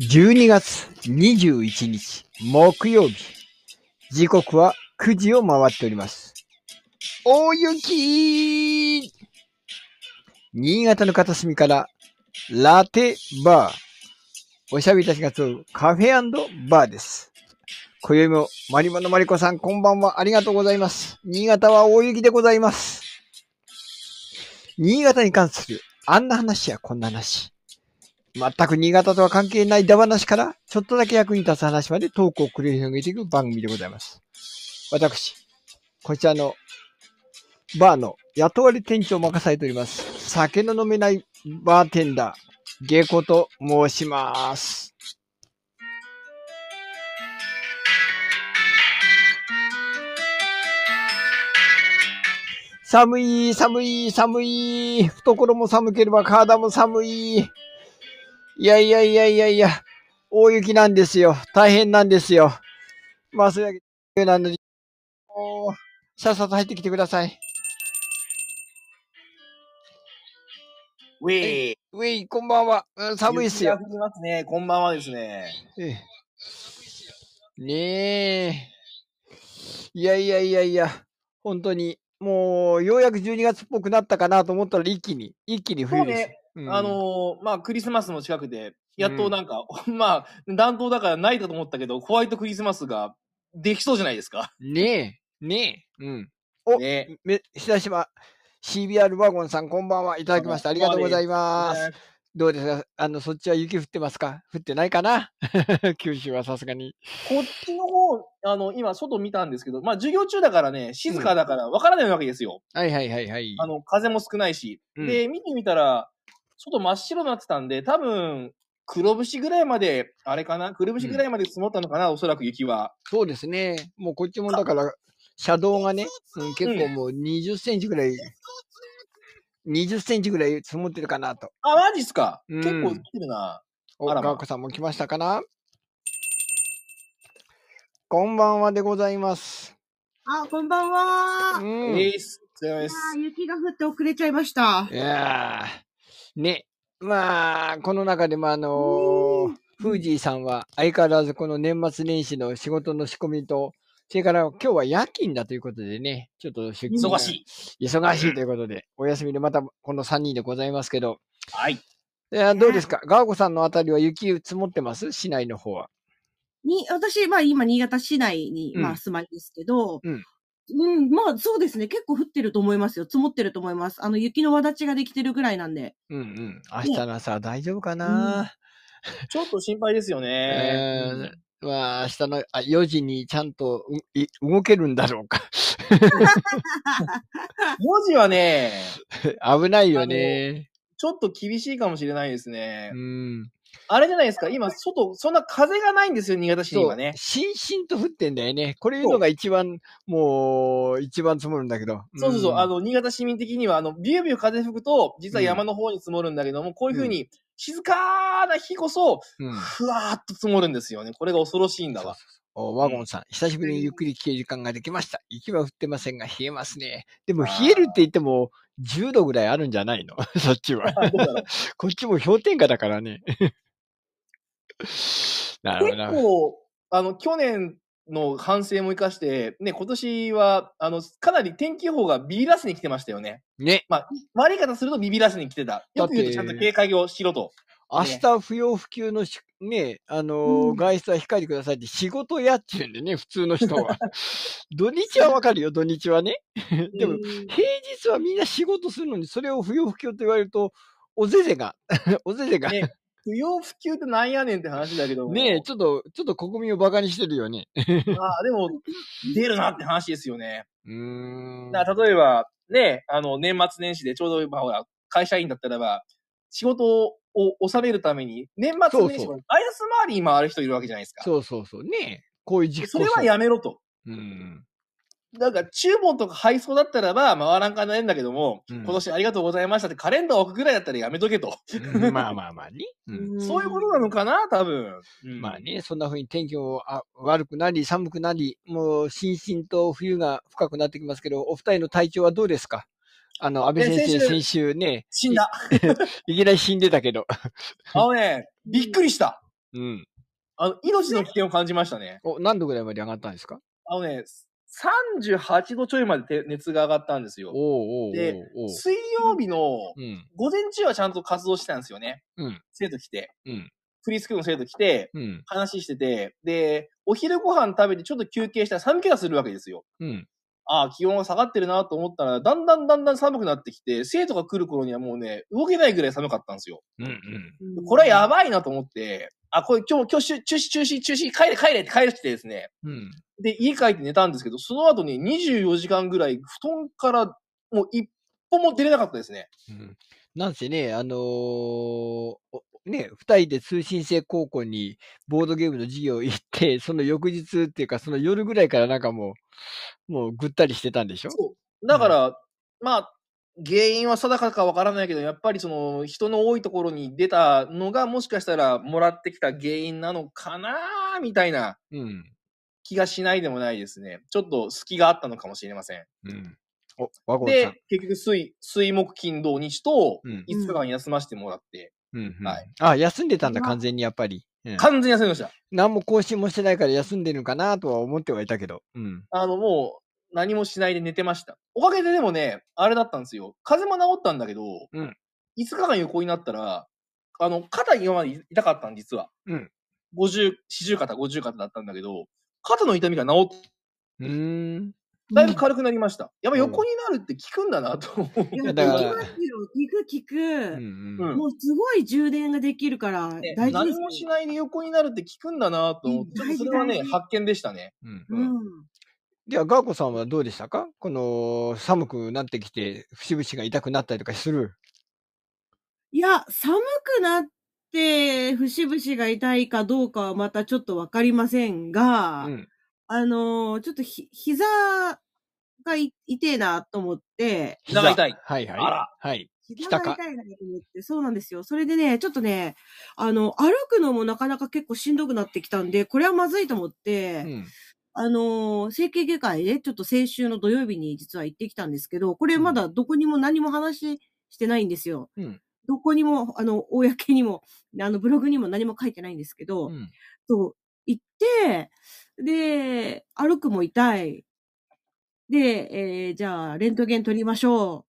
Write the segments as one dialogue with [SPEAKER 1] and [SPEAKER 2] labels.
[SPEAKER 1] 12月21日木曜日。時刻は9時を回っております。大雪新潟の片隅からラテバー。おしゃべりたちが集うカフェバーです。今宵もマリモのマリコさんこんばんはありがとうございます。新潟は大雪でございます。新潟に関するあんな話やこんな話。全く新潟とは関係ないダ話から、ちょっとだけ役に立つ話までトークを繰り広げていく番組でございます。私、こちらのバーの雇われ店長を任されております。酒の飲めないバーテンダー、ゲコと申します。寒い、寒い、寒い。懐も寒ければ体も寒い。いやいやいやいやいや、大雪なんですよ。大変なんですよ。まあ、それだけなのに、もう、さっさと入ってきてください。
[SPEAKER 2] ウェイ。
[SPEAKER 1] ウェイ、こんばんは。うん寒いっすよ。
[SPEAKER 2] 雪が降りますね。こんばんはですね。
[SPEAKER 1] ええねえ。いやいやいやいや、本当に、もう、ようやく12月っぽくなったかなと思ったら一気に、一気に
[SPEAKER 2] そ
[SPEAKER 1] 冬
[SPEAKER 2] う
[SPEAKER 1] です。
[SPEAKER 2] ね。
[SPEAKER 1] うん
[SPEAKER 2] あのー、まあ、クリスマスも近くで、やっ
[SPEAKER 1] う
[SPEAKER 2] と
[SPEAKER 1] ん
[SPEAKER 2] なんか、 まあ、暖冬だからないかと思ったけど、ホワイトクリスマスができそうじゃないですか。
[SPEAKER 1] ねえ、ねえ。うん。お
[SPEAKER 2] ね。
[SPEAKER 1] め、久しぶり。CBR ワゴンさん、こんばんは。いただきました。ありがとうございます。どうですかあの、そっちは雪降ってますか降ってないかな 九州はさすがに。
[SPEAKER 2] こっちの方、あの、今、外見たんですけど、まあ、授業中だからね、静かだから、わからないわけですよ。
[SPEAKER 1] はいはいはいはい。
[SPEAKER 2] あの、風も少ないし。
[SPEAKER 1] うん
[SPEAKER 2] で、見てみたら、外真っ白になってたんで、多分、黒節ぐらいまで、あれかな黒節ぐらいまで積もったのかな、おそらく雪は。
[SPEAKER 1] そうですね。もうこっちもだから、車道がね、うん、結構もう20センチぐらい、20センチぐらい積もってるかなと。
[SPEAKER 2] あ、マジっすか、
[SPEAKER 1] うん
[SPEAKER 2] 結構降ってるな。
[SPEAKER 1] お、
[SPEAKER 2] あらま
[SPEAKER 1] 川子さんも来ましたかなこんばんはでございます。
[SPEAKER 3] あ、こんばんは。
[SPEAKER 1] う
[SPEAKER 3] い
[SPEAKER 1] ん。
[SPEAKER 2] えーす。お疲れ様
[SPEAKER 3] や
[SPEAKER 2] です。
[SPEAKER 3] ー雪が降って遅れちゃいました。
[SPEAKER 1] いやーね、まあ、この中でもあのー、フージーさんは相変わらずこの年末年始の仕事の仕込みと、それから今日は夜勤だということでね、ちょっと出勤が
[SPEAKER 2] 忙しい。
[SPEAKER 1] 忙しいということで、お休みでまたこの3人でございますけど、
[SPEAKER 2] はい。
[SPEAKER 1] いやーどうですかガーゴさんのあたりは雪積もってます市内の方は。
[SPEAKER 3] に、私、まあ今、新潟市内に、
[SPEAKER 1] うん
[SPEAKER 3] まあ住まいですけど、
[SPEAKER 1] うん
[SPEAKER 3] うん、まあそうですね。結構降ってると思いますよ。積もってると思います。あの、雪の輪立ちができてるぐらいなんで。
[SPEAKER 1] うんうん。明日の朝は大丈夫かな、
[SPEAKER 2] ちょっと心配ですよね。
[SPEAKER 1] えーまあ、明日のあ4時にちゃんとうい動けるんだろうか。
[SPEAKER 2] 文字はね、
[SPEAKER 1] 危ないよね。
[SPEAKER 2] ちょっと厳しいかもしれないですね。
[SPEAKER 1] うん。
[SPEAKER 2] あれじゃないですか、今、外、そんな風がないんですよ、新潟市にはね。
[SPEAKER 1] しんしんと降ってんだよね。これいうのが一番、もう、一番積もるんだけど。
[SPEAKER 2] そうそうそう、
[SPEAKER 1] ん
[SPEAKER 2] あ、の、新潟市民的には、あの、ビュービュー風吹くと、実は山の方に積もるんだけども、こういう風に、静かな日こそ、
[SPEAKER 1] うん
[SPEAKER 2] ふわーっと積もるんですよね。これが恐ろしいんだわ。
[SPEAKER 1] おワゴンさん、久しぶりにゆっくり消える時間ができました。雪は降ってませんが、冷えますね。でも、
[SPEAKER 2] あー
[SPEAKER 1] 冷えるって言っても、10度ぐらいあるんじゃないの そっちは。
[SPEAKER 2] どうだろう
[SPEAKER 1] こっちも氷点下だからね。 なるほど
[SPEAKER 2] 結
[SPEAKER 1] な。
[SPEAKER 2] 構、あの、去年の反省も生かして、ね、今年は、あの、かなり天気予報がビビらせに来てましたよね。
[SPEAKER 1] ね。
[SPEAKER 2] 悪い言い方するとビビらせに来てた。よく言うとちゃんと警戒をしろと。
[SPEAKER 1] 明日不要不急のし、ね、あのー
[SPEAKER 3] うん
[SPEAKER 1] 外出は控えてくださいって仕事やって言うんでね、普通の人は。 土日はわかるよ、土日はね。でも
[SPEAKER 2] うん、
[SPEAKER 1] 平日はみんな仕事するのに、それを不要不急と言われると、おぜぜが、 おぜぜが、ね
[SPEAKER 2] ね不要不急ってなんやねんって話だけども。
[SPEAKER 1] え、ちょっと、ちょっと国民をバカにしてるよね。
[SPEAKER 2] まあでも、出るなって話ですよね。
[SPEAKER 1] うーん。
[SPEAKER 2] だから例えば、ね、あの、年末年始でちょうど、まあほら、会社員だったらば、仕事を収めるために、年末年始
[SPEAKER 1] そう
[SPEAKER 2] のバイアス回りに回る人いるわけじゃないですか。
[SPEAKER 1] そうそうそう。ねえ、こういう実
[SPEAKER 2] そ
[SPEAKER 1] 行
[SPEAKER 2] れはやめろと。
[SPEAKER 1] うん。
[SPEAKER 2] なんか、注文とか配送だったらば、回らんかないんだけども、
[SPEAKER 1] うん
[SPEAKER 2] 今年ありがとうございましたってカレンダー置くぐらいだったらやめとけと。
[SPEAKER 1] うんまあまあまあね。うん
[SPEAKER 2] そういうことなのかな多分。うん
[SPEAKER 1] まあね、そんな風に天気もあ悪くなり、寒くなり、もう、しんしんと冬が深くなってきますけど、お二人の体調はどうですかあの、安倍
[SPEAKER 2] ね
[SPEAKER 1] 先生、
[SPEAKER 2] 先週
[SPEAKER 1] 先週ね、
[SPEAKER 2] 死んだ。
[SPEAKER 1] いきなり死んでたけど。
[SPEAKER 2] あのね、びっくりした。
[SPEAKER 1] うん。
[SPEAKER 2] あの、命の危険を感じましたね。
[SPEAKER 1] お、何度ぐらいまで上がったんですか
[SPEAKER 2] あのね、38度ちょいまでて熱が上がったんですよ。
[SPEAKER 1] おうおうおう
[SPEAKER 2] で
[SPEAKER 1] おう。
[SPEAKER 2] 水曜日の
[SPEAKER 1] うん。
[SPEAKER 2] 午前中はちゃんと活動してたんですよね。
[SPEAKER 1] うん
[SPEAKER 2] 生徒来て。
[SPEAKER 1] うん。
[SPEAKER 2] フリースクールの生徒来て、
[SPEAKER 1] うん。
[SPEAKER 2] 話してて、で、お昼ご飯食べてちょっと休憩したら寒気がするわけですよ。
[SPEAKER 1] うん。
[SPEAKER 2] ああ、気温が下がってるなと思ったら、だんだんだんだん寒くなってきて、生徒が来る頃にはもうね、動けないぐらい寒かったんですよ。
[SPEAKER 1] うん。うん。
[SPEAKER 2] これはや
[SPEAKER 3] ば
[SPEAKER 2] ばいなと思って、あ、これ今日、今日しゅ中止、中止、中止、帰れ、帰れって帰してですね。
[SPEAKER 1] うん。
[SPEAKER 2] で、家帰って寝たんですけど、その後に24時間ぐらい、布団からもう一歩も出れなかったですね。
[SPEAKER 1] うんなんせね、あのーおね、二人で通信制高校にボードゲームの授業行って、その翌日っていうか、その夜ぐらいからなんかもう、もうぐったりしてたんでしょ
[SPEAKER 2] そう。だから、まあ、原因は定かかわからないけど、やっぱりその人の多いところに出たのが、もしかしたらもらってきた原因なのかなーみたいな
[SPEAKER 1] うん。
[SPEAKER 2] 気がしないでもないですね。ちょっと隙があったのかもしれません。
[SPEAKER 1] うん。お、ワゴンさん
[SPEAKER 2] で。、結局水、水木金土日と
[SPEAKER 1] うん
[SPEAKER 2] 5日間休ませてもらって、
[SPEAKER 1] うん、うん。
[SPEAKER 2] は
[SPEAKER 1] あ、休んでたんだ、
[SPEAKER 3] まあ
[SPEAKER 1] 完全にやっぱり。うん、
[SPEAKER 2] 完全に休みました。
[SPEAKER 1] 何も更新もしてないから休んでるのかなとは思ってはいたけど。うん。
[SPEAKER 2] あの、もう何もしないで寝てました。おかげででもね、あれだったんですよ。風邪も治ったんだけど、
[SPEAKER 1] うん
[SPEAKER 2] 5日間横になったら、あの、肩今まで痛かったん実は。
[SPEAKER 1] うん
[SPEAKER 2] 50、40肩、50肩だったんだけど、肩の痛みが治って、
[SPEAKER 1] うーん。
[SPEAKER 2] だいぶ軽くなりました。やっぱ
[SPEAKER 1] うん
[SPEAKER 2] 横になるって効くんだなと思 う。
[SPEAKER 3] いや、
[SPEAKER 1] だ
[SPEAKER 3] だ
[SPEAKER 1] か
[SPEAKER 3] からら。聞きますよ聞
[SPEAKER 1] う
[SPEAKER 3] く
[SPEAKER 1] ん
[SPEAKER 3] 聞
[SPEAKER 1] う
[SPEAKER 2] うん
[SPEAKER 3] く。もうすごい充電ができるから
[SPEAKER 2] ね、
[SPEAKER 3] 大事で
[SPEAKER 2] 何
[SPEAKER 3] す
[SPEAKER 2] もしないで横になるって効くんだなと思って、ちょ
[SPEAKER 3] う
[SPEAKER 2] っ
[SPEAKER 3] ん
[SPEAKER 2] とそれはね、
[SPEAKER 3] 大事
[SPEAKER 2] 発見でしたね。
[SPEAKER 1] うん。
[SPEAKER 2] う
[SPEAKER 3] うんん。
[SPEAKER 1] では、ガーコさんはどうでしたかこの、寒くなってきて、節々が痛くなったりとかする。
[SPEAKER 3] いや、寒くなって、節々が痛いかどうかはまたちょっとわかりません
[SPEAKER 1] う
[SPEAKER 3] が、
[SPEAKER 1] ん。
[SPEAKER 3] あのーちょっとひ、膝がい痛えなと思って、
[SPEAKER 2] 膝が痛い。
[SPEAKER 1] はいはい。
[SPEAKER 2] あら
[SPEAKER 1] はい。
[SPEAKER 3] 膝
[SPEAKER 1] 膝
[SPEAKER 3] が
[SPEAKER 1] か
[SPEAKER 3] 痛いなと思って、そうなんですよ。それでね、ちょっとね、あの、歩くのもなかなか結構しんどくなってきたんで、これはまずいと思って、
[SPEAKER 1] うん。
[SPEAKER 3] あのー整形外科へね、ちょっと先週の土曜日に実は行ってきたんですけど、これまだどこにも何も話してないんですよ。
[SPEAKER 1] うん
[SPEAKER 3] どこにも、あの、公にも、あの、ブログにも何も書いてないんですけど、
[SPEAKER 1] うん。
[SPEAKER 3] そう、行って、で、歩くも痛い。で、えーじゃあ、レントゲン取りましょ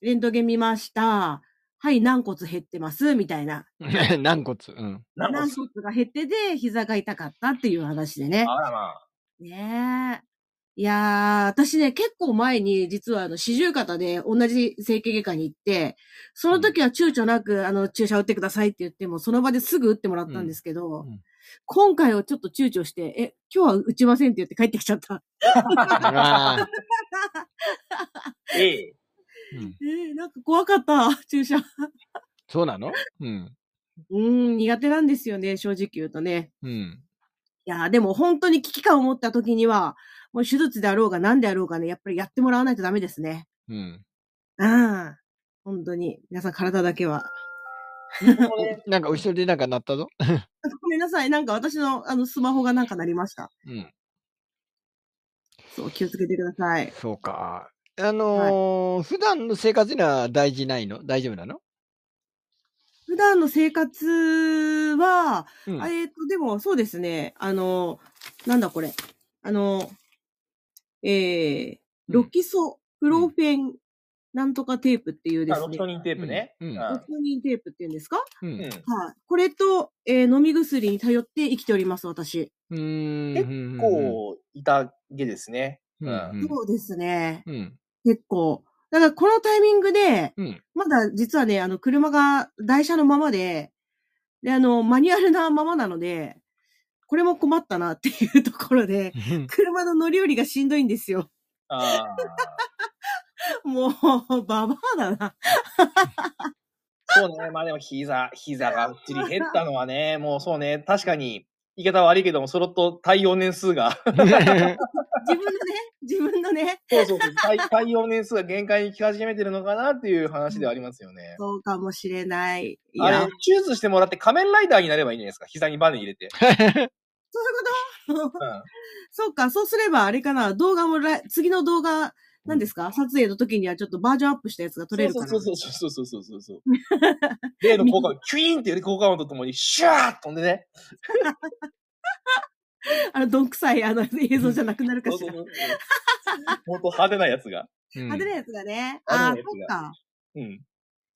[SPEAKER 3] う。レントゲン見ました。はい、軟骨減ってます、みたいな。
[SPEAKER 1] 軟骨。 うん。
[SPEAKER 2] なんか
[SPEAKER 3] 軟骨が減ってて、膝が痛かったっていう話でね。
[SPEAKER 2] あらまあ。
[SPEAKER 3] ねえ。いやー、私ね、結構前に、実はあの、四十肩で同じ整形外科に行って、その時は躊躇なく、あの、注射打ってくださいって言っても、その場ですぐ打ってもらったんですけど、
[SPEAKER 1] うんうん
[SPEAKER 3] 今回はちょっと躊躇して、え、今日は打ちませんって言って帰ってきちゃった。
[SPEAKER 1] ああ。
[SPEAKER 2] ええ。
[SPEAKER 1] うん
[SPEAKER 3] えー、なんか怖かった、 注射。う
[SPEAKER 1] そうなのうん。
[SPEAKER 3] ーん、苦手なんですよね、正直言うとね。
[SPEAKER 1] うん。
[SPEAKER 3] いやー、でも本当に危機感を持った時には、もう手術であろうが何であろうがね、やっぱりやってもらわないとダメですね。
[SPEAKER 1] うん。
[SPEAKER 3] うん。本当に。皆さん体だけは。
[SPEAKER 2] ここね
[SPEAKER 1] なんか、後ろでなんか鳴ったぞ。
[SPEAKER 3] ごめんなさい。なんか私のあのスマホがなんか鳴りました。
[SPEAKER 1] うん。
[SPEAKER 3] そう、気をつけてください。
[SPEAKER 1] そうか。あのー、普段の生活には大事ないの大丈夫なの
[SPEAKER 3] 普段の生活は、
[SPEAKER 1] うん。
[SPEAKER 3] えっと、でもそうですね。あの、なんだこれ。あの、えー、ロキソ、プロフェン、なんとかテープっていうで
[SPEAKER 2] あ
[SPEAKER 3] す
[SPEAKER 2] ロキ
[SPEAKER 3] ね。
[SPEAKER 2] ソニンテープね。
[SPEAKER 1] うんうん
[SPEAKER 3] ロキソニンテープっていうんですか
[SPEAKER 1] う
[SPEAKER 2] うん
[SPEAKER 1] ん。
[SPEAKER 3] はい。これと、えー飲み薬に頼って生きております、私。
[SPEAKER 1] うーん。
[SPEAKER 2] 結構、痛げですね。
[SPEAKER 1] うん、うん。
[SPEAKER 3] そうですね。
[SPEAKER 1] うん。
[SPEAKER 3] 結構。だからこのタイミングで、
[SPEAKER 1] うん。
[SPEAKER 3] まだ実はね、あの、車が台車のままで、で、あの、マニュアルなままなので、これも困ったなっていうところで、車の乗り降りがしんどいんですよ。
[SPEAKER 2] ああ。
[SPEAKER 3] もう、ババアだな。
[SPEAKER 2] そうね。まあでも、膝、膝がうっちり減ったのはね、もうそうね。確かに、言い方悪いけども、それと対応年数が、
[SPEAKER 3] 自分のね、自分のね、
[SPEAKER 2] そうそうそう対、対応年数が限界に来始めてるのかなっていう話ではありますよね。
[SPEAKER 3] そうかもしれない。い
[SPEAKER 2] あれ、
[SPEAKER 3] や、そういう
[SPEAKER 2] 手術してもらって仮面ライダーになればいいんじゃないですか。膝にバネ入れて。
[SPEAKER 3] こ
[SPEAKER 2] う
[SPEAKER 3] と
[SPEAKER 2] ん。
[SPEAKER 3] そうか、そうすればあれかな、動画もらい、次の動画、何ですか撮影の時にはちょっとバージョンアップしたやつが撮れる
[SPEAKER 2] そ
[SPEAKER 3] か
[SPEAKER 2] う
[SPEAKER 3] ら。
[SPEAKER 2] そうそうそうそうそうそうそう。例の効果音、キュイーンっていう効果音とともに、シュワーッ飛んでね。
[SPEAKER 3] あの、どんくさいあの映像じゃなくなるか
[SPEAKER 2] そう
[SPEAKER 3] し
[SPEAKER 2] そう
[SPEAKER 3] ら。
[SPEAKER 2] そう本当派手なやつが。
[SPEAKER 1] うん
[SPEAKER 3] 派手なやつがね。ああ
[SPEAKER 2] 派
[SPEAKER 3] ー、
[SPEAKER 2] 手
[SPEAKER 3] そ
[SPEAKER 2] なや
[SPEAKER 3] っ
[SPEAKER 2] つが
[SPEAKER 3] か。
[SPEAKER 2] うん。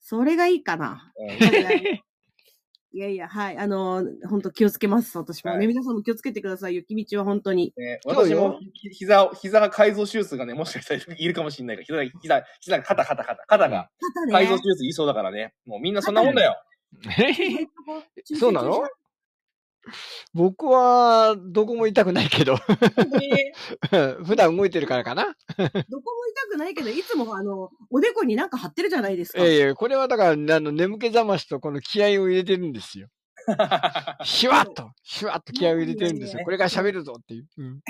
[SPEAKER 3] それがいいかな。
[SPEAKER 2] うん
[SPEAKER 3] い やいやいやいや、はい。あのー、本当気をつけます、私も。
[SPEAKER 2] はい
[SPEAKER 3] ね、皆さんも気をつけてください。雪道は本当に。
[SPEAKER 2] ね、
[SPEAKER 1] そう
[SPEAKER 2] 私
[SPEAKER 1] よ
[SPEAKER 2] もひ膝を、膝が改造手術がね、もしかしたらいるかもしれないから、膝が、膝、膝が肩、肩、肩、肩が
[SPEAKER 3] ただ
[SPEAKER 2] 改
[SPEAKER 3] ね
[SPEAKER 2] 造手。術言いそうだからね。もうみんなそんなもんだよ。
[SPEAKER 1] そうなの僕は、どこも痛くないけど、
[SPEAKER 2] 本当にね
[SPEAKER 1] 普段動いてるからか な。
[SPEAKER 3] どこも痛くないけど、いつもあの、おでこになんか貼ってるじゃないですか。
[SPEAKER 1] ええ、これはだから、あの、眠気覚ましとこの気合を入れてるん ですよ。シュワッと、シュワッと気合を入れてるんですよ。これから喋るぞっていう。うん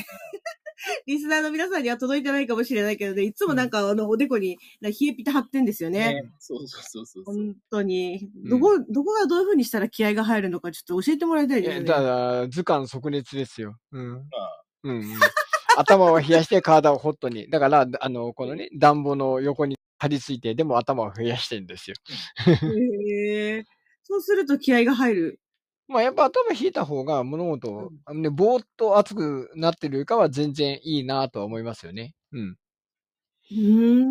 [SPEAKER 3] リスナーの皆さんには届いてないかもしれないけどね、いつもなんかあの、おでこに、なんか冷えピタ貼ってんですよね。
[SPEAKER 2] ねそうそうそうそうそう。
[SPEAKER 3] 本当に。
[SPEAKER 1] うん
[SPEAKER 3] どこ、どこがどういう風にしたら気合が入るのか、ちょっと教えてもらいたい
[SPEAKER 1] い
[SPEAKER 3] です
[SPEAKER 1] や
[SPEAKER 3] ね。
[SPEAKER 1] だから、図鑑即熱ですよ。うん。うん、うん。頭を冷やして体をホットに。だから、あの、このね、暖房の横に張り付いて、でも頭を冷やしてるんですよ。
[SPEAKER 3] へーそうすると気合が入る。
[SPEAKER 1] まあ、やっぱ頭冷えた方が物事を、あのね、ぼーっと熱くなってるよりかは全然いいなとは思いますよね。うん。
[SPEAKER 3] うー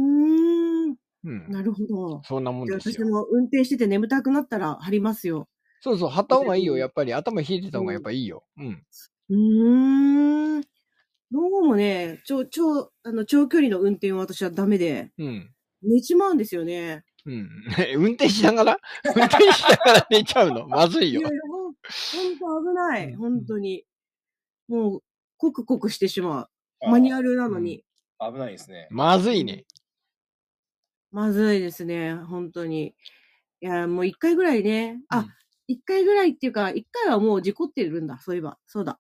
[SPEAKER 3] ん。
[SPEAKER 1] うん。
[SPEAKER 3] なるほど。
[SPEAKER 1] そんなもん
[SPEAKER 3] じゃあ
[SPEAKER 1] です
[SPEAKER 3] 私
[SPEAKER 1] よ。
[SPEAKER 3] も運転してて眠たくなったら貼りますよ。
[SPEAKER 1] そうそう、張った方がいいよ、やっぱり。頭冷えてた方がやっぱいいよ。うん。
[SPEAKER 3] うーん。どうもね、超、超、あの、長距離の運転は私はダメで、
[SPEAKER 1] うん。
[SPEAKER 3] 寝ちまうんですよね。
[SPEAKER 1] うん。 運転しながら 運転しながら寝ちゃう の。まずい
[SPEAKER 3] いやいや
[SPEAKER 1] よ。、
[SPEAKER 3] ほんほんと危な
[SPEAKER 1] う
[SPEAKER 3] い。
[SPEAKER 1] ん
[SPEAKER 3] 本当に。もう、コクコクしてしまう。
[SPEAKER 2] あ
[SPEAKER 3] マニュアルなのに。
[SPEAKER 2] 危ないですね。
[SPEAKER 1] まずいね。
[SPEAKER 3] まずいですね、本当に。いや、もう一回ぐらいね。
[SPEAKER 1] う
[SPEAKER 3] あ
[SPEAKER 1] ん、
[SPEAKER 3] 一、回ぐらいっていうか、一回はもう事故ってるんだ、そういえば。そうだ。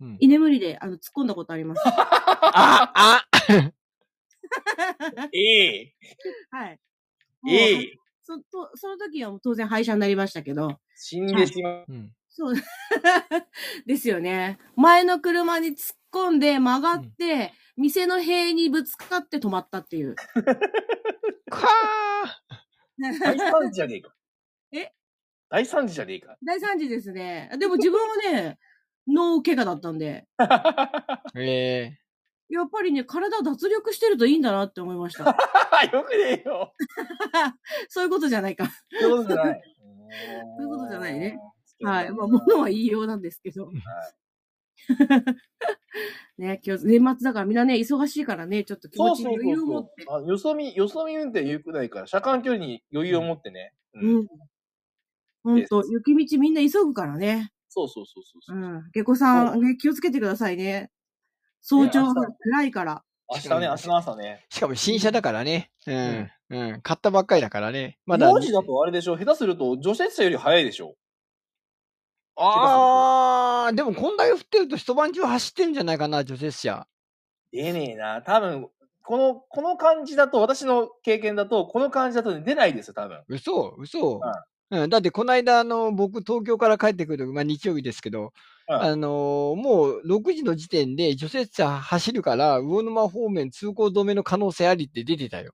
[SPEAKER 1] うん
[SPEAKER 3] 居眠りで、あの、突っ込んだことあります。
[SPEAKER 1] あ、あ、
[SPEAKER 2] え
[SPEAKER 3] はい。
[SPEAKER 2] えええ
[SPEAKER 3] そとその時はもう当然廃車になりましたけど、
[SPEAKER 2] 死んでしまう。
[SPEAKER 1] うん。
[SPEAKER 3] そう。 ですよね。前の車に突っ込んで曲がって、店の塀にぶつかって止まったっていう。
[SPEAKER 1] か
[SPEAKER 2] 大惨事じゃねえか。
[SPEAKER 3] え
[SPEAKER 2] 大惨事じゃねえか。
[SPEAKER 3] 大惨事ですね。でも自分はね、脳怪我だったんで、
[SPEAKER 1] ーえ
[SPEAKER 3] やっぱりね、体脱力してるといいんだなって思いました。
[SPEAKER 2] よくねえよ。
[SPEAKER 3] そういうことじゃないか。
[SPEAKER 2] そういうことじゃ ない。
[SPEAKER 3] そういうことじゃないね。
[SPEAKER 2] うん
[SPEAKER 3] はい。まあ、物は言いようなんですけど。ね、今日、年末だからみんなね、忙しいからね、ちょっと気
[SPEAKER 2] そ
[SPEAKER 3] 持
[SPEAKER 2] う
[SPEAKER 3] ち
[SPEAKER 2] そう
[SPEAKER 3] に
[SPEAKER 2] そう
[SPEAKER 3] 余裕
[SPEAKER 2] そ
[SPEAKER 3] を持っ
[SPEAKER 2] う
[SPEAKER 3] て。
[SPEAKER 2] あ。よそ見、よそ見運転よくないから、車間距離に余裕を持ってね。うん
[SPEAKER 3] うん。ほんと、雪道みんな急ぐからね。
[SPEAKER 2] そうそうそうそうそう。
[SPEAKER 3] うん。下戸さん、ね、気をつけてくださいね。早朝は
[SPEAKER 2] ね明
[SPEAKER 3] 暗いから。
[SPEAKER 2] 明日ね、明日の朝ね。
[SPEAKER 1] ーしかも新車だからね。うん。うん。買ったばっかりだからね。まだ。
[SPEAKER 2] 文字だとあれでしょ下手すると除雪車より早いでしょ
[SPEAKER 1] あー、でもこんだけ降ってると一晩中走ってんじゃないかな、除雪車。
[SPEAKER 2] 出ねえな。多分、この、この感じだと、私の経験だと、この感じだとね出ないですよ、多分。
[SPEAKER 1] 嘘嘘、
[SPEAKER 2] は
[SPEAKER 1] うん、だってこの間、あの、僕、東京から帰ってくる、まあ日曜日ですけど、
[SPEAKER 2] はい
[SPEAKER 1] あのーもう6時の時点で除雪車走るから、魚沼方面通行止めの可能性ありって出てたよ。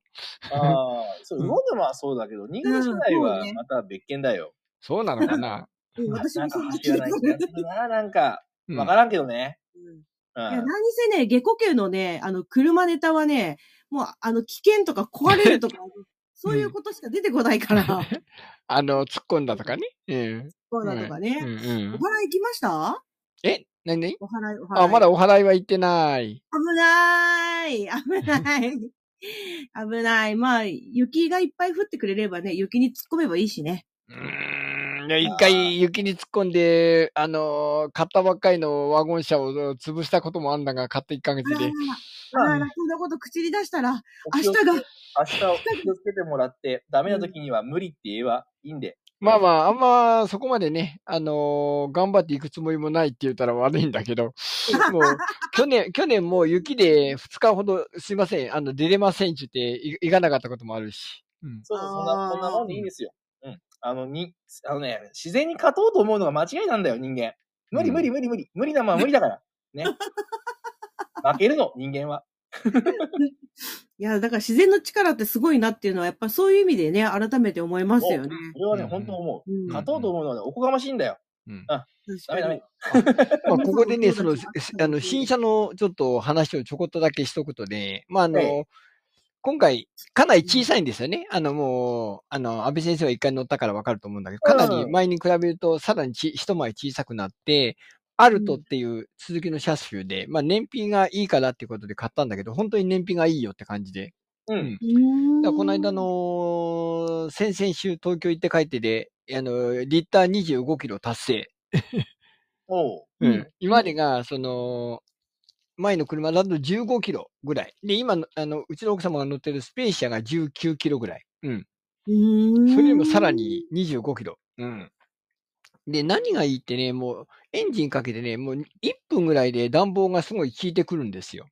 [SPEAKER 2] ああ、 そう、
[SPEAKER 1] うん
[SPEAKER 2] 魚沼はそうだけど、新潟市内
[SPEAKER 3] うんそう
[SPEAKER 2] は
[SPEAKER 3] ね
[SPEAKER 2] また別件だよ。
[SPEAKER 1] そうなのかな
[SPEAKER 3] うん、私
[SPEAKER 2] な
[SPEAKER 3] も
[SPEAKER 2] んか
[SPEAKER 3] そう思っ
[SPEAKER 2] 走
[SPEAKER 3] て
[SPEAKER 2] ら
[SPEAKER 3] る
[SPEAKER 2] ない気がするな、なんか。
[SPEAKER 1] うん
[SPEAKER 2] わからんけどね。
[SPEAKER 3] うん
[SPEAKER 2] う
[SPEAKER 3] いや、
[SPEAKER 2] ん。
[SPEAKER 3] 何せね、下戸家のね、あの、車ネタはね、もう、あの、危険とか壊れるとか、そういうことしか出てこないから、
[SPEAKER 1] あの、突っ込んだとかね。うん。
[SPEAKER 3] そうだとか
[SPEAKER 1] うん
[SPEAKER 3] ね。
[SPEAKER 1] う
[SPEAKER 3] お
[SPEAKER 1] ん
[SPEAKER 3] 祓、い行きました
[SPEAKER 1] え何何
[SPEAKER 3] お祓い、お祓い。
[SPEAKER 1] あ、まだお払いは行ってない。
[SPEAKER 3] 危ない危ない 危ない。まあ、雪がいっぱい降ってくれればね、雪に突っ込めばいいしね。
[SPEAKER 1] うーんいや一回雪に突っ込んで、あのー買ったばっかりのワゴン車を潰したこともあんだが、買って1ヶ
[SPEAKER 3] あ
[SPEAKER 1] 月
[SPEAKER 3] ら
[SPEAKER 1] で。
[SPEAKER 3] あらあら、こんなこと口に出したら、明日
[SPEAKER 2] お気を
[SPEAKER 3] が、
[SPEAKER 2] 明日を気をつけてもらって、ダメな時には無理って言えばいいんで。
[SPEAKER 1] まあまあ、あんまそこまでね、あのー頑張っていくつもりもないって言ったら悪いんだけ ど、もう、去年、去年もう雪で2日ほど、すいません、あの、出れませんって言ってい、行かなかったこともあるし。うん。
[SPEAKER 2] そうそう、そん
[SPEAKER 3] あ
[SPEAKER 2] な、
[SPEAKER 3] ー
[SPEAKER 2] こんなもんでいいんですよ。うん。あの、に、あのね、自然に勝とうと思うのが間違いなんだよ、人間。無理
[SPEAKER 1] うん
[SPEAKER 2] 無理無理無理。無理なもんは無理だから。ね。負けるの、人間は。
[SPEAKER 3] いや、だから自然の力ってすごいなっていうのは、やっぱそういう意味でね、改めて思いますよね。
[SPEAKER 2] それはね、
[SPEAKER 1] うん
[SPEAKER 2] 本当思
[SPEAKER 3] うん
[SPEAKER 2] う。勝とうと思うのはねおこがましいんだよ。
[SPEAKER 1] うん
[SPEAKER 2] ダメダメ。
[SPEAKER 1] まあ、ここでね、その、
[SPEAKER 3] そうですね
[SPEAKER 1] あの、新車のちょっと話をちょこっとだけしとくとね、まあ、あの、
[SPEAKER 2] え
[SPEAKER 1] 今回、かなり小さいんですよね。あの、もう、あの、安倍先生は一回乗ったからわかると思うんだけど、かなり前に比べると、さらにち一回り小さくなって、アルトっていう続きの車種で、まあ、燃費がいいからっていうことで買ったんだけど、本当に燃費がいいよって感じで。
[SPEAKER 2] うん。
[SPEAKER 3] うん
[SPEAKER 1] だからこの間、の、先々週東京行って帰ってで、あの、リッター25キロ達成。
[SPEAKER 2] おう。
[SPEAKER 1] うん
[SPEAKER 3] うん
[SPEAKER 1] 今までが、その、前の車だと15キロぐらい。で、今の、あの、うちの奥様が乗ってるスペーシアが19キロぐらい。うん。
[SPEAKER 3] うん
[SPEAKER 1] それよりもさらに25キロ。うん。で、何がいいってね、もう、エンジンかけてね、もう1分ぐらいで暖房がすごい効いてくるんですよ。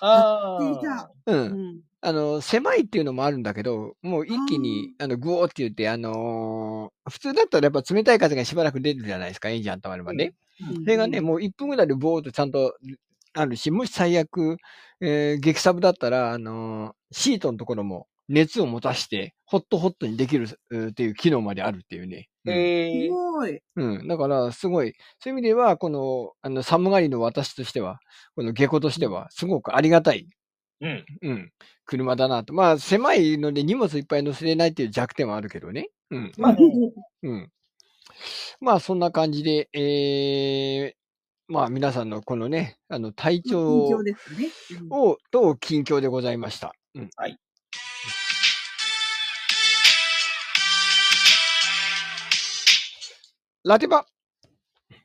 [SPEAKER 2] あ
[SPEAKER 3] あ出た
[SPEAKER 2] あ。
[SPEAKER 1] う。
[SPEAKER 3] うんん。
[SPEAKER 1] あの、狭いっていうのもあるんだけど、もう一気に、あの、グオーって言って、あのー普通だったらやっぱ冷たい風がしばらく出るじゃないですか、エンジン温まるまで。それがね、もう1分ぐらいでボーっとちゃんとあるし、もし最悪、えー激サブだったら、あのーシートのところも熱を持たして、ホットホットにできるえーっていう機能まであるっていうね。うん
[SPEAKER 2] え
[SPEAKER 3] す
[SPEAKER 2] え。
[SPEAKER 3] ごい。
[SPEAKER 1] うん。だから、すごい、そういう意味では、この、あの、寒がりの私としては、この下戸としては、すごくありがたい、
[SPEAKER 2] うん。
[SPEAKER 1] うん、車だなと。まあ、狭いので荷物いっぱい乗せれないっていう弱点はあるけどね。うん。
[SPEAKER 2] まあね
[SPEAKER 1] うん。まあ、そんな感じで、えー、まあ、皆さんのこのね、あの、体調
[SPEAKER 3] 緊張ですね。うん
[SPEAKER 1] を、と、近況でございました。うん。
[SPEAKER 2] はい。
[SPEAKER 1] ラテバ、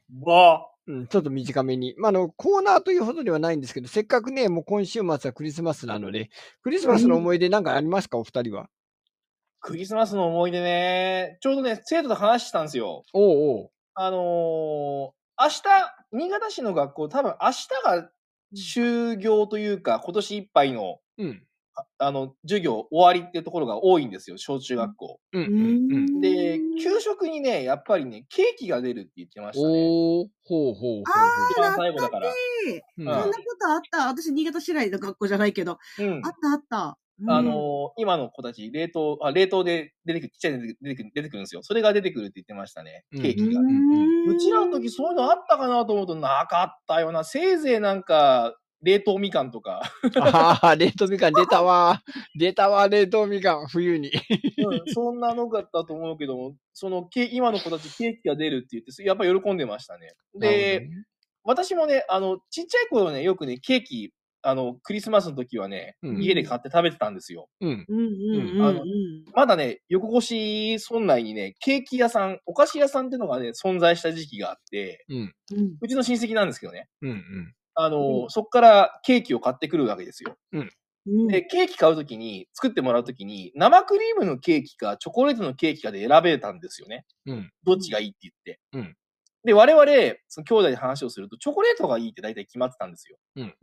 [SPEAKER 2] ば。
[SPEAKER 1] うん、ちょっと短めに。まあ、あの、コーナーというほどではないんですけど、せっかくね、もう今週末はクリスマスなので、クリスマスの思い出なんかありますか、お二人は。
[SPEAKER 2] クリスマスの思い出ね。ちょうどね、生徒と話してたんですよ。
[SPEAKER 1] おうおう。
[SPEAKER 2] あのー明日、新潟市の学校、多分明日が終業というか、今年いっぱいの、
[SPEAKER 1] うん。
[SPEAKER 2] ああの、授業終わりっていうところが多いんですよ、小中学校。
[SPEAKER 1] うん。うん。うん。
[SPEAKER 2] で、給食にね、やっぱりね、ケーキが出るって言ってましたね。
[SPEAKER 1] おおほうほうほうほう。
[SPEAKER 2] 一番最後だから。
[SPEAKER 1] うん
[SPEAKER 3] そん
[SPEAKER 2] あ
[SPEAKER 3] なことあった。私、新潟市内の学校じゃないけど。
[SPEAKER 2] うん
[SPEAKER 3] あ。ったあった。うん
[SPEAKER 2] あのー今の子たち、冷凍、あ、冷凍で出てくる、ちっちゃいの出てくる、出てくる出てくるんですよ。それが出てくるって言ってましたね、
[SPEAKER 1] うん
[SPEAKER 2] ケー
[SPEAKER 3] う
[SPEAKER 2] キが。
[SPEAKER 3] ん
[SPEAKER 2] うちらの時そういうのあったかなと思うとなかったよな。せいぜいなんか、冷凍みかんとか。
[SPEAKER 1] ああ、冷凍みかん出たわ。出たわ、冷凍みかん、冬 に。
[SPEAKER 2] うんそんなのだったと思うけども、そのケ今の子たちケーキが出るって言って、やっぱり喜んでましたね。で、私もね、あの、ちっちゃい頃ね、よくね、ケーキ、あの、クリスマスの時はね、
[SPEAKER 1] うん
[SPEAKER 2] 家で買って食べてたんですよ。
[SPEAKER 1] うん。
[SPEAKER 3] うんうん
[SPEAKER 2] あ
[SPEAKER 3] う
[SPEAKER 2] の
[SPEAKER 3] ん
[SPEAKER 2] まだね、横越村内にね、ケーキ屋さん、お菓子屋さんってのがね、存在した時期があって、
[SPEAKER 1] うん。
[SPEAKER 3] うん。
[SPEAKER 2] うちの親戚なんですけどね、
[SPEAKER 1] うん。うん。
[SPEAKER 2] あの、
[SPEAKER 3] うん
[SPEAKER 2] そっからケーキを買ってくるわけですよ。
[SPEAKER 3] うん
[SPEAKER 2] で、ケーキ買うときに、作ってもらうときに、生クリームのケーキか、チョコレートのケーキかで選べたんですよね。
[SPEAKER 1] うん。
[SPEAKER 2] どっちがいいって言って。
[SPEAKER 1] うん
[SPEAKER 2] で、我々、その兄弟で話をすると、チョコレートがいいって大体決まってたんですよ。
[SPEAKER 3] うん
[SPEAKER 1] う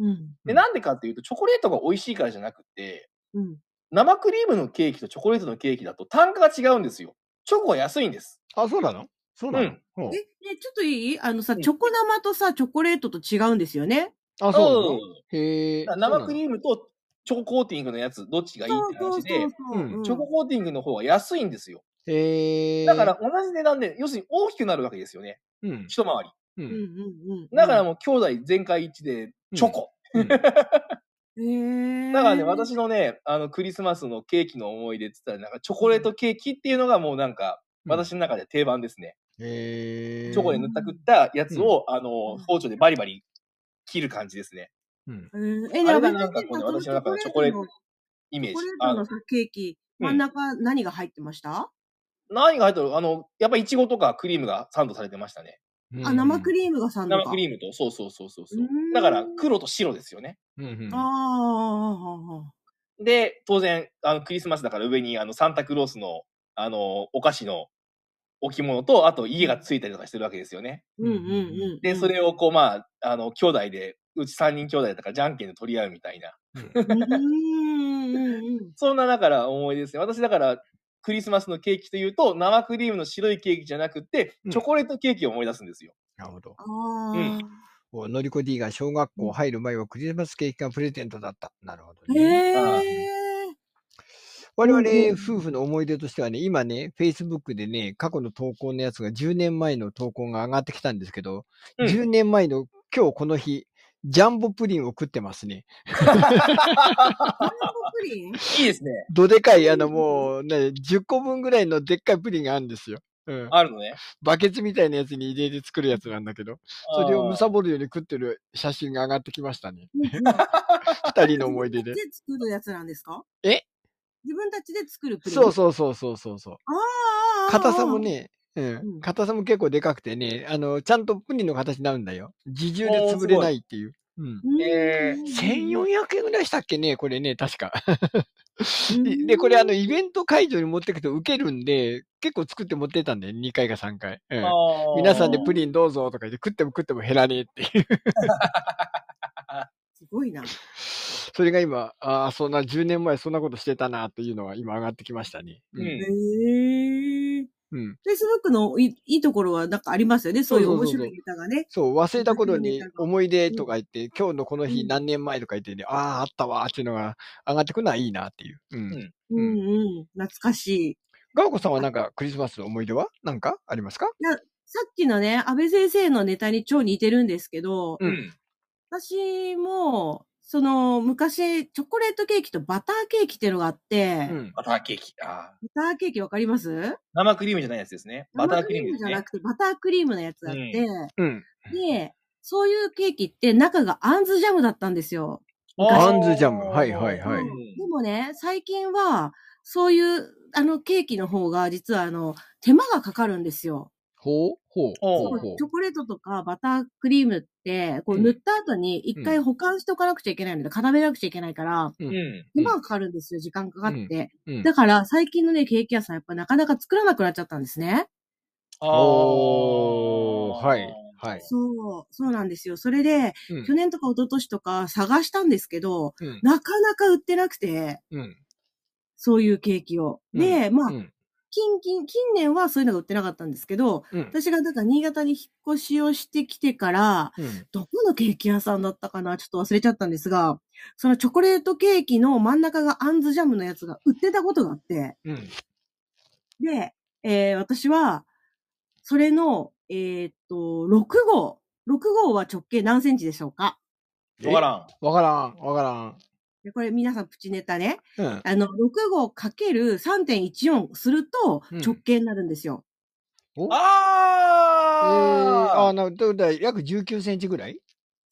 [SPEAKER 2] で、
[SPEAKER 1] ん
[SPEAKER 2] なんでかっていうと、チョコレートが美味しいからじゃなくて、
[SPEAKER 3] うん。
[SPEAKER 2] 生クリームのケーキとチョコレートのケーキだと単価が違うんですよ。チョコは安いんです。
[SPEAKER 1] あ、そうなのそうなの、
[SPEAKER 2] うん
[SPEAKER 1] ほう
[SPEAKER 3] え、ね、ちょっといいあのさ、
[SPEAKER 2] うん
[SPEAKER 3] チョコ生とさ、チョコレートと違うんですよね。
[SPEAKER 1] あ、そうなのへえ。
[SPEAKER 2] だから生ク
[SPEAKER 1] ー
[SPEAKER 2] リームとチョココーティングのやつ、どっちがいい
[SPEAKER 3] そ
[SPEAKER 2] っ
[SPEAKER 3] う
[SPEAKER 2] て
[SPEAKER 3] そ
[SPEAKER 2] 話で、
[SPEAKER 3] うそう
[SPEAKER 1] う
[SPEAKER 3] そう。
[SPEAKER 1] ん
[SPEAKER 3] うん
[SPEAKER 2] チョココーティングの方が安いんですよ。
[SPEAKER 1] ム。へえ。
[SPEAKER 2] だから、同じ値段で、要するに大きくなるわけですよね。
[SPEAKER 1] うん。
[SPEAKER 2] 一回り。
[SPEAKER 1] う
[SPEAKER 3] うんう
[SPEAKER 1] ん。
[SPEAKER 3] んうん。
[SPEAKER 2] だからもう兄弟全会一致で、チョコ。
[SPEAKER 3] うん。へえ。
[SPEAKER 2] だからね、私のね、あの、クリスマスのケーキの思い出って言ったら、なんか、チョコレートケーキっていうのがもうなんか、私の中で定番ですね。
[SPEAKER 1] へえ。
[SPEAKER 2] チョコで塗ったくったやつを、あの、包丁でバリバリ切る感じですね。
[SPEAKER 1] うん。
[SPEAKER 3] うん。え、
[SPEAKER 2] あれが
[SPEAKER 3] ね
[SPEAKER 2] なんかこうね、
[SPEAKER 3] 安倍
[SPEAKER 2] 私の
[SPEAKER 3] 先
[SPEAKER 2] 中
[SPEAKER 3] 生
[SPEAKER 2] のチョコレート
[SPEAKER 3] の
[SPEAKER 2] のイメー
[SPEAKER 3] チョ
[SPEAKER 2] ジ
[SPEAKER 3] コレ
[SPEAKER 2] あ
[SPEAKER 3] ー。ト
[SPEAKER 2] の
[SPEAKER 3] の、さ、ケーキ、
[SPEAKER 2] うん
[SPEAKER 3] 真ん中何が入ってました、
[SPEAKER 2] 何が入ってるあの、やっぱイチゴとかクリームがサンドされてましたね。
[SPEAKER 3] あ、生クリームがサンドか。
[SPEAKER 2] 生クリームと、そうそうそうそうそう
[SPEAKER 3] うーん
[SPEAKER 2] だから、黒と白ですよね。
[SPEAKER 1] ーム。うんうん。
[SPEAKER 3] あーあ
[SPEAKER 2] で、当然、あの、クリスマスだから上に、あの、サンタクロースの、あの、お菓子の置物と、あと家がついたりとかしてるわけですよね。
[SPEAKER 3] ー、あーあー、うんうんうん。
[SPEAKER 2] で、それをこう、まあ、あの、兄弟で、うち3人兄弟だからじゃんけんで取り合うみたいな。
[SPEAKER 3] うんうんうんうん。
[SPEAKER 2] そんな、だから思い出ですね。私、だから、クリスマスのケーキというと、生クリームの白いケーキじゃなくて
[SPEAKER 1] う、ん
[SPEAKER 2] チョコレートケーキを思い出すんですよ。
[SPEAKER 1] なるほど。
[SPEAKER 3] ああ、
[SPEAKER 2] うん
[SPEAKER 1] おのりこ D が小学校入る前はクリスマスケーキがプレゼントだった。なるほどね。
[SPEAKER 3] へえ
[SPEAKER 2] あ
[SPEAKER 1] 我々
[SPEAKER 3] うんうん
[SPEAKER 1] 夫婦の思い出としてはね、今ね、Facebook でね、過去の投稿のやつが10年前の投稿が上がってきたんですけど、
[SPEAKER 2] うん
[SPEAKER 1] 10年前の今日この日、ジャンボプリンを食ってますね。
[SPEAKER 3] プリン
[SPEAKER 2] いいですね。
[SPEAKER 1] どでかい、あのもう、ね、10個分ぐらいのでっかいプリンがあるんですよ。うん、
[SPEAKER 2] あるのね。
[SPEAKER 1] バケツみたいなやつに入れて作るやつなんだけど、それをむさぼるように食ってる写真が上がってきました ね。二人の思い出で
[SPEAKER 3] 自。分たちで作るやつなんですか
[SPEAKER 1] え
[SPEAKER 3] 自分たちで作る プリン
[SPEAKER 1] そうそうそうそうそうそう。
[SPEAKER 3] あーあーあー
[SPEAKER 1] 硬さもね、う、
[SPEAKER 3] うんん
[SPEAKER 1] 硬さも結構でかくてね、あの、ちゃんとプリンの形になるんだよ。自重で潰れないっていう。うん。
[SPEAKER 3] うん
[SPEAKER 2] えー
[SPEAKER 1] 1400円ぐらいしたっけね、これね、確か。で
[SPEAKER 3] うん
[SPEAKER 1] で、これあの、イベント会場に持ってくと受けるんで、結構作って持ってたんだよ、2回か3回。うん。皆さんでプ
[SPEAKER 2] リ
[SPEAKER 1] リンどうぞとか言って、食っても食っても減らねえっていう。
[SPEAKER 3] すごいな。
[SPEAKER 1] それが今、ああ、そんな10年前そんなことしてたなっていうのが今上がってきましたね。
[SPEAKER 2] う
[SPEAKER 3] へ
[SPEAKER 2] ん
[SPEAKER 3] え。ー。
[SPEAKER 1] うん。
[SPEAKER 3] Facebook のいいいところはなんかありますよね。そういう面白いネタがね。
[SPEAKER 1] そう、忘れた頃 に思い出とか言って、今日のこの日何年前とか言ってね、ああ、あったわーっていうのが上がってくのはいいなっていう。うん。
[SPEAKER 2] うん
[SPEAKER 1] う
[SPEAKER 3] うんんうん。懐かしい。
[SPEAKER 1] ガオコさんはなんかクリスマスの思い出はなんかありますか
[SPEAKER 3] さっきのね、安倍先生のネタに超似てるんですけど、
[SPEAKER 1] う
[SPEAKER 2] うんん。
[SPEAKER 3] 私も、その、昔、チョコレートケーキとバターケーキっていうのがあって、
[SPEAKER 1] うん。
[SPEAKER 2] バターケーキ。あー
[SPEAKER 3] バターケーキわかります
[SPEAKER 2] 生クリームじゃないやつですね。バタークリームで
[SPEAKER 3] 生
[SPEAKER 2] す
[SPEAKER 3] じゃな
[SPEAKER 2] ね。
[SPEAKER 3] くて、バタークリームのやつがあって、
[SPEAKER 1] うん。
[SPEAKER 3] で、そういうケーキって中があんずジャムだったんですよ。
[SPEAKER 1] バンズジャムはいはいはい
[SPEAKER 2] うん
[SPEAKER 3] でもね、最近は、そういう、あの、ケーキの方が、実は、あの、手間がかかるんですよ。
[SPEAKER 1] ほうほう
[SPEAKER 2] ほ
[SPEAKER 1] ほう
[SPEAKER 3] そ
[SPEAKER 1] ほ
[SPEAKER 3] うチョコレートとかバタークリームって、こう
[SPEAKER 1] うん
[SPEAKER 3] 塗った後に一回保管しておかなくちゃいけないので、固めなくちゃいけないから、
[SPEAKER 2] うん。
[SPEAKER 3] 手間がかかるんですよ、時間かかって。
[SPEAKER 1] う。うん
[SPEAKER 3] だから、最近のね、ケーキ屋さん、やっぱなかなか作らなくなっちゃったんですね。
[SPEAKER 2] あー
[SPEAKER 1] おーはいはい
[SPEAKER 3] そう、そうなんですよ。それで、
[SPEAKER 1] うん
[SPEAKER 3] 去年とか一昨年とか探したんですけど、
[SPEAKER 1] うん
[SPEAKER 3] なかなか売ってなくて、
[SPEAKER 1] うん。
[SPEAKER 3] そういうケーキを。
[SPEAKER 1] うん
[SPEAKER 3] で、まあ、
[SPEAKER 1] うん
[SPEAKER 3] 近近、近年はそういうのが売ってなかったんですけど、
[SPEAKER 1] うん。
[SPEAKER 3] 私がなんか新潟に引っ越しをしてきてから、
[SPEAKER 1] うん。
[SPEAKER 3] どこのケーキ屋さんだったかなちょっと忘れちゃったんですが、そのチョコレートケーキの真ん中があんずジャムのやつが売ってたことがあって、
[SPEAKER 1] うん。
[SPEAKER 3] で、えー私は、それの、えーっと、6号。6号は直径何センチでしょうか
[SPEAKER 2] わからん。
[SPEAKER 1] わからん、わか
[SPEAKER 3] でこれ皆さんプチネタね。
[SPEAKER 1] らん。うん。
[SPEAKER 3] あの、6号かける3.14すると
[SPEAKER 1] うん
[SPEAKER 3] 直径になるんですよ。
[SPEAKER 1] えー、あー、
[SPEAKER 2] あー
[SPEAKER 1] なるほど。約19センチぐらい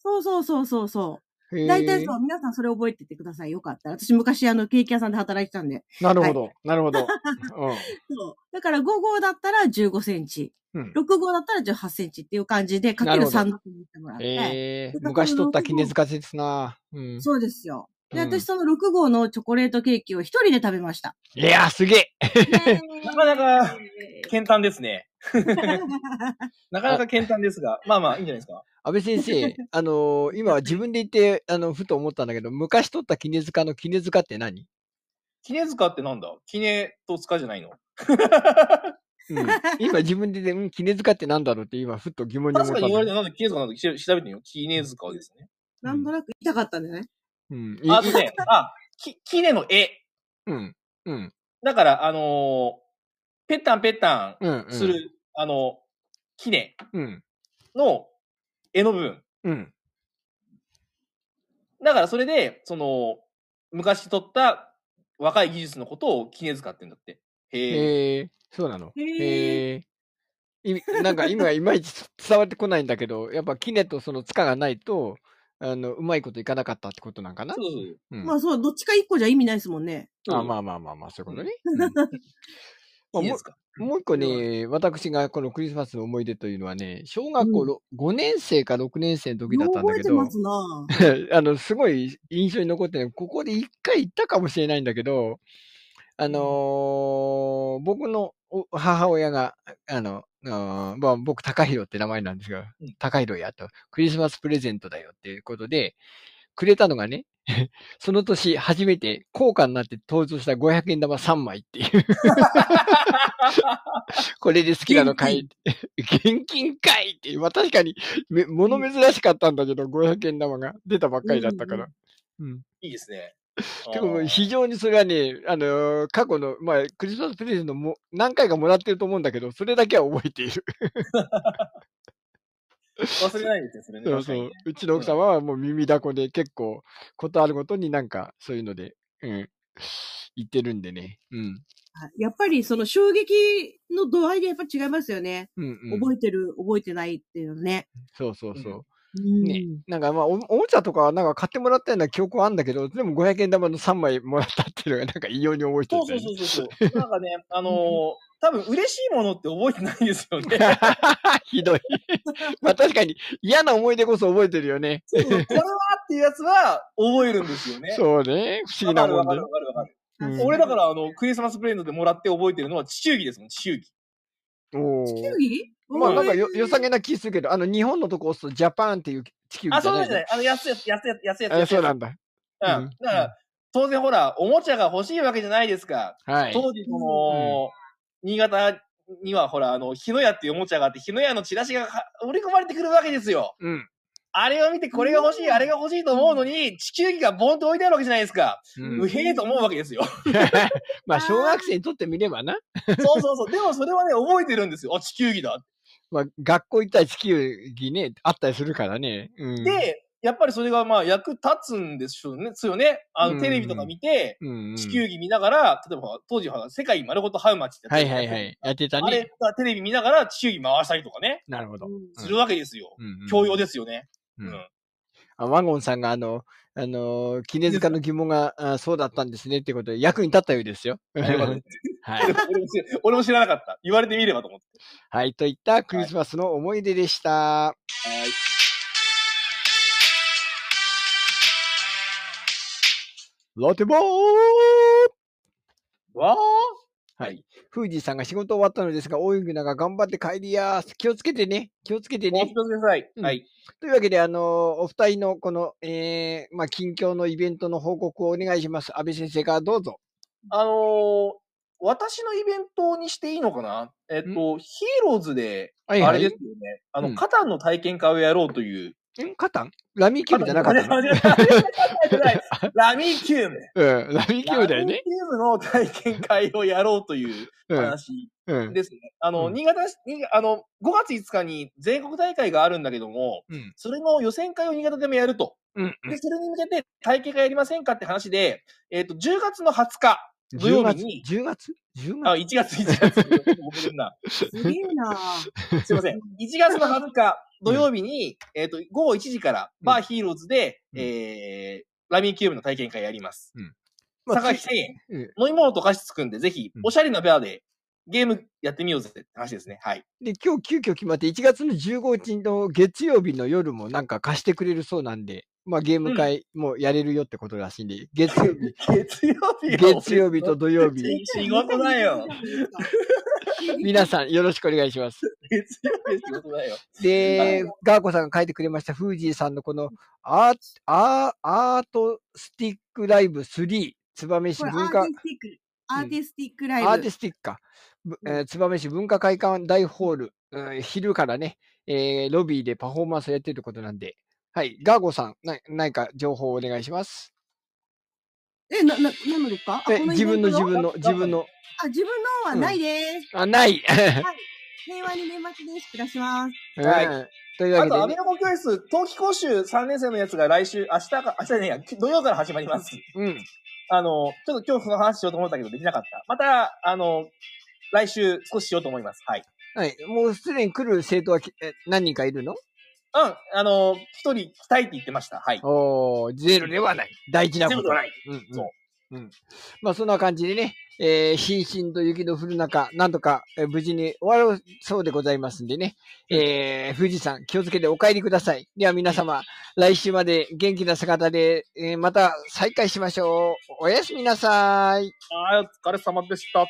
[SPEAKER 3] そうそうそうそうそ
[SPEAKER 1] へ
[SPEAKER 3] う。
[SPEAKER 1] ー
[SPEAKER 3] 大体そう、皆さんそれ覚えててください。よかったら。私昔あのケーキ屋さんで働いてたんで。
[SPEAKER 1] なるほど、なるほ ど。うん。
[SPEAKER 3] そう。だから5号だったら15センチ。
[SPEAKER 1] うん
[SPEAKER 3] 6号だったら18センチっていう感じで、かけ
[SPEAKER 1] なる
[SPEAKER 3] る
[SPEAKER 1] ほど
[SPEAKER 3] 3だと思ってもらって。
[SPEAKER 1] ええ
[SPEAKER 3] で
[SPEAKER 1] 昔取った絹塚説な。うん。
[SPEAKER 3] そうですよ。で、
[SPEAKER 1] うん
[SPEAKER 3] 私その6号のチョコレートケーキを一人で食べました。
[SPEAKER 1] いやー、すげえ
[SPEAKER 2] なかなか、健単です ね。なかなか健単ですが、まあまあ、いいんじゃないですか。
[SPEAKER 1] 安倍先生、 あのー今自分で言って、あの、ふと思ったんだけど、昔取った絹塚の絹塚って何
[SPEAKER 2] キネ塚ってなんだキネと塚じゃない の
[SPEAKER 1] うん。今自分で言って、うん、絹塚って何だろうって今、ふと疑問に思っ
[SPEAKER 2] 確
[SPEAKER 1] たん
[SPEAKER 2] かに
[SPEAKER 1] だ
[SPEAKER 2] 言わ
[SPEAKER 1] け
[SPEAKER 2] れ
[SPEAKER 1] ど。
[SPEAKER 2] てなんでキネ塚なんだ調調べてみよう。キネ塚ですね。
[SPEAKER 3] なんとなく痛かったんだよね。
[SPEAKER 1] うん。
[SPEAKER 2] あ
[SPEAKER 1] い
[SPEAKER 2] とね、あ、きキネの絵。
[SPEAKER 1] うん。うん。
[SPEAKER 2] だから、あのー、ペッタンペッタ
[SPEAKER 1] うん。う
[SPEAKER 2] ン
[SPEAKER 1] ん
[SPEAKER 2] する、。あの、キネ
[SPEAKER 1] うん。
[SPEAKER 2] の絵の部
[SPEAKER 1] う
[SPEAKER 2] 分。
[SPEAKER 1] ん。
[SPEAKER 2] だからそれで、その、昔撮った若い技術のことをキネ塚って言うんだって。へえ。
[SPEAKER 1] へえ、そうなの。
[SPEAKER 3] へ
[SPEAKER 1] へえ。いなんか今いまいち伝わってこないんだけど、やっぱ絹とその塚がないと、あの、うまいこといかなかったってことなんかな
[SPEAKER 2] そうそうそう。
[SPEAKER 1] うん
[SPEAKER 3] まあそう、どっちか一個じゃ意味ないですもんね。
[SPEAKER 1] あ
[SPEAKER 2] うん
[SPEAKER 1] まあまあまあまあ、そういうことね。
[SPEAKER 2] キ
[SPEAKER 1] うん
[SPEAKER 2] ネ
[SPEAKER 1] まあ
[SPEAKER 2] 塚。
[SPEAKER 1] ももう一個ね、私がこのクリスマスの思い出というのはね、小学校ろ5年生か6年生の時だったんだ
[SPEAKER 3] 覚
[SPEAKER 1] け
[SPEAKER 3] えて
[SPEAKER 1] ど、
[SPEAKER 3] ますな
[SPEAKER 1] あの、すごい印象に残ってる、ここで一回行ったかもしれないんだけど、あのー僕のお母親が、あの、あーまあ、僕、高弘って名前なんですが
[SPEAKER 2] うん、
[SPEAKER 1] 高弘やと、クリスマスプレゼントだよっていうことで、くれたのがね、 その年初めて高価になって登場した500円玉3枚って いう。これで好きなのかい 現金かいっていう。まあ確かに、め物珍しかったんだけど、500円玉が出たばっかりだったから。うん。
[SPEAKER 2] いいですね。
[SPEAKER 1] でも
[SPEAKER 2] あー
[SPEAKER 1] 非常にそれはね、あのー過去の、まあ、クリスマスプレゼントも何回かもらってると思うんだけど、それだけは覚えている。
[SPEAKER 2] 忘れないですね、それね。
[SPEAKER 1] そう
[SPEAKER 2] 確か
[SPEAKER 1] そ
[SPEAKER 2] に
[SPEAKER 1] う
[SPEAKER 2] ね。
[SPEAKER 1] うちの奥様はもう耳だこで結構、ことあるごとになんかそういうので、うん、言ってるんでね。うん。
[SPEAKER 3] やっぱりその衝撃の度合いでやっぱ違いますよね。
[SPEAKER 1] うん、うん。
[SPEAKER 3] 覚えてる、覚えてないっていうのね。
[SPEAKER 1] そうそうそう。
[SPEAKER 3] うん
[SPEAKER 1] ねなんかまあお、おもちゃとかはなんか買ってもらったような記憶はあるんだけど、でも500円玉の3枚もらったっていうのがなんか異様に覚えて
[SPEAKER 2] そ
[SPEAKER 1] る。
[SPEAKER 2] うそうそううそう そう。なんかね、あのー、多分嬉しいものって覚えてないですよね。
[SPEAKER 1] ひどい。まあ確かに嫌な思い出こ そ覚えてるよね。
[SPEAKER 2] そうそうこれはっていうやつは覚えるんですよね。
[SPEAKER 1] そうね。不思議なも
[SPEAKER 2] わか
[SPEAKER 1] んで
[SPEAKER 2] るわ。かるわかる
[SPEAKER 1] う
[SPEAKER 2] わ
[SPEAKER 1] ん
[SPEAKER 2] かる。俺だから、あの、クリスマスプレゼントでもらって覚えてるのは、地球儀ですもん、地球儀。
[SPEAKER 1] お
[SPEAKER 3] 地
[SPEAKER 1] ー
[SPEAKER 3] 球儀
[SPEAKER 1] まあなんかよ
[SPEAKER 3] う
[SPEAKER 1] 良さげな気するけど、あの日本のとこ押すとジャパンっていう地球儀
[SPEAKER 2] あ、
[SPEAKER 1] じゃ
[SPEAKER 2] そ
[SPEAKER 1] な
[SPEAKER 2] うないんじゃないあの、安いやつ、安いやつ、安いやつ。
[SPEAKER 1] あ
[SPEAKER 2] 安い
[SPEAKER 1] そう
[SPEAKER 2] やつ
[SPEAKER 1] なんだ。
[SPEAKER 2] う
[SPEAKER 1] うん
[SPEAKER 2] ん。だから、当然ほら、おもちゃが欲しいわけじゃないですか。
[SPEAKER 1] はい。
[SPEAKER 2] 当時、その、新潟にはほら、あの、日の屋っていうおもちゃがあって、日の屋のチラシがか売り込まれてくるわけですよ。
[SPEAKER 1] うん。
[SPEAKER 2] あれを見て、これが欲しい、
[SPEAKER 3] うん
[SPEAKER 2] あれが欲しいと思うのに、地球儀がボンと置いてあるわけじゃないですか。
[SPEAKER 1] うん
[SPEAKER 2] うへえと思うわけですよ。
[SPEAKER 1] まあ小学生にとってみればな。
[SPEAKER 2] そうそうそう。でもそれはね、覚えてるんですよ。あ、地球儀だ。
[SPEAKER 1] まあ学校行ったら地球儀ね、あったりするからね。うん。、
[SPEAKER 2] で、やっぱりそれがまあ役立つんでしょうね。そうよね。あ
[SPEAKER 1] うん
[SPEAKER 2] の、テレビとか見て、
[SPEAKER 1] うんうん、
[SPEAKER 2] 地球儀見ながら、例えば当時は世界丸ごとハウマッチってや
[SPEAKER 1] は
[SPEAKER 2] つ
[SPEAKER 1] いはいはい。やってたね。
[SPEAKER 2] あれ、テレビ見ながら地球儀回したりとかね、
[SPEAKER 1] なるほど。
[SPEAKER 3] ん
[SPEAKER 2] するわけですよ。
[SPEAKER 1] うんうん
[SPEAKER 2] 教養ですよね。
[SPEAKER 1] う
[SPEAKER 2] うん
[SPEAKER 1] ん。あワゴンさんがあの、あのー、絹塚の疑問が、あそうだったんですねってことで役に立ったようですよ。
[SPEAKER 2] あよかったです
[SPEAKER 1] はい。
[SPEAKER 2] 俺も知 俺も知らなかった。言われてみればと思って。
[SPEAKER 1] はい。といっ たクリスマスの思い出でした。
[SPEAKER 2] はい。
[SPEAKER 1] ラテボー
[SPEAKER 2] わ
[SPEAKER 1] はい。フージーさんが仕事終わったのですが、大雪なが頑張って帰りやす。気をつけてね。気をつけて
[SPEAKER 2] ーもう
[SPEAKER 1] ね
[SPEAKER 2] 一。つください。
[SPEAKER 1] うん
[SPEAKER 2] はい。
[SPEAKER 1] というわけで、あのーお二人のこの、えー、まあ、近況のイベントの報告をお願いします。安倍先生からどうぞ。
[SPEAKER 2] あのー私のイベントにしていいのかなえっと、ヒーローズで、
[SPEAKER 1] はい
[SPEAKER 2] あれです
[SPEAKER 1] す。
[SPEAKER 2] よね。あの、
[SPEAKER 1] うん
[SPEAKER 2] カタンの体験会をやろうという。
[SPEAKER 1] んカタンラミキューブじゃなかったの
[SPEAKER 2] あ違う違う違う違 うラミキューブ。
[SPEAKER 1] うん、ラミキューブだよ
[SPEAKER 2] ラミ
[SPEAKER 1] ね。
[SPEAKER 2] キューブの体験会をやろうという
[SPEAKER 1] うん、
[SPEAKER 2] 話
[SPEAKER 1] うん。
[SPEAKER 2] ですね。あの、
[SPEAKER 1] うん
[SPEAKER 2] 新潟市、にあの、5月5日に全国大会があるんだけども、
[SPEAKER 1] うん
[SPEAKER 2] それの予選会を新潟でもやると。
[SPEAKER 1] うん。
[SPEAKER 2] で、それに向けて体験会やりませんかって話で、えっ、と、10月の20日、土
[SPEAKER 1] 10
[SPEAKER 2] 曜
[SPEAKER 1] 月
[SPEAKER 2] 日に、
[SPEAKER 1] 10月 ?10
[SPEAKER 2] あ、
[SPEAKER 1] 月
[SPEAKER 2] 1月、1月、 ちょっと遅れるな
[SPEAKER 3] すげえな。
[SPEAKER 2] すいません。1月の20日、土曜日に、えっ、と、午後1時から、バーヒーローズで、
[SPEAKER 1] うん
[SPEAKER 2] えー、ラミーキューブの体験会やります。
[SPEAKER 1] まあ
[SPEAKER 2] 坂
[SPEAKER 1] つ
[SPEAKER 2] 木1000円。
[SPEAKER 1] うん
[SPEAKER 2] 飲み物と菓子つくんで、ぜひ
[SPEAKER 1] うん、
[SPEAKER 2] おしゃれなベアで、ゲームやってみようぜって話ですね。はい。
[SPEAKER 1] で、今日急遽決まって、1月の15日の月曜日の夜もなんか貸してくれるそうなんで、まあゲーム会もやれるよってことらしいんで、月曜日、
[SPEAKER 2] 月曜日
[SPEAKER 1] 月曜日と土曜日、
[SPEAKER 2] 仕事だよ。
[SPEAKER 1] 皆さんよろしくお願いします。
[SPEAKER 2] 月曜日仕事だよ。
[SPEAKER 1] で、ガーコさんが書いてくれました、フージーさんのこのアーアーアートスティックライブ3、燕市
[SPEAKER 3] これ
[SPEAKER 1] 文化
[SPEAKER 3] アーティ、スティック。アーティスティックライブ。
[SPEAKER 1] アーティスティックか。ぶえー燕市文化会館大ホール、うん昼からね、えーロビーでパフォーマンスをやってるということなんで、はい、ガーゴさん、な何か情報をお願いします。
[SPEAKER 3] え、な、な、なのですかあ
[SPEAKER 1] え
[SPEAKER 3] こイ
[SPEAKER 1] 自
[SPEAKER 3] ベ
[SPEAKER 1] 分
[SPEAKER 3] ン
[SPEAKER 1] の
[SPEAKER 3] ト
[SPEAKER 1] 自分の、
[SPEAKER 2] あ
[SPEAKER 1] 自分の、
[SPEAKER 3] あ、自分のはないです。
[SPEAKER 1] あ、ない、
[SPEAKER 3] 平和に年末年始暮らします。
[SPEAKER 2] はい
[SPEAKER 1] うんというわ
[SPEAKER 2] あ
[SPEAKER 1] けで
[SPEAKER 2] と、
[SPEAKER 1] ね
[SPEAKER 2] アメ、横教室、冬季講習3年生のやつが来週、明日か、明日じゃねえや、土曜から始まります。
[SPEAKER 1] うん、
[SPEAKER 2] あの、ちょっと今日その話しようと思ったけど、できなかった。また、あの、来週少ししようと思います。はい。
[SPEAKER 1] はい、もうすでに来る生徒はきえ何人かいるの
[SPEAKER 2] うん、あの、一人来たいって言ってました。はい。
[SPEAKER 1] おーゼロではない。大事なこと。
[SPEAKER 2] ない。
[SPEAKER 1] うんうん
[SPEAKER 2] そう
[SPEAKER 1] うん。まあ、そんな感じでね、えー、しんしんと雪の降る中、なんとか、えー無事に終わるそうでございますんでね、えー、富士山気をつけてお帰りください。では皆様、来週まで元気な姿で、えーまた再会しましょう。おやすみなさい。
[SPEAKER 2] はい、お疲れ様でした。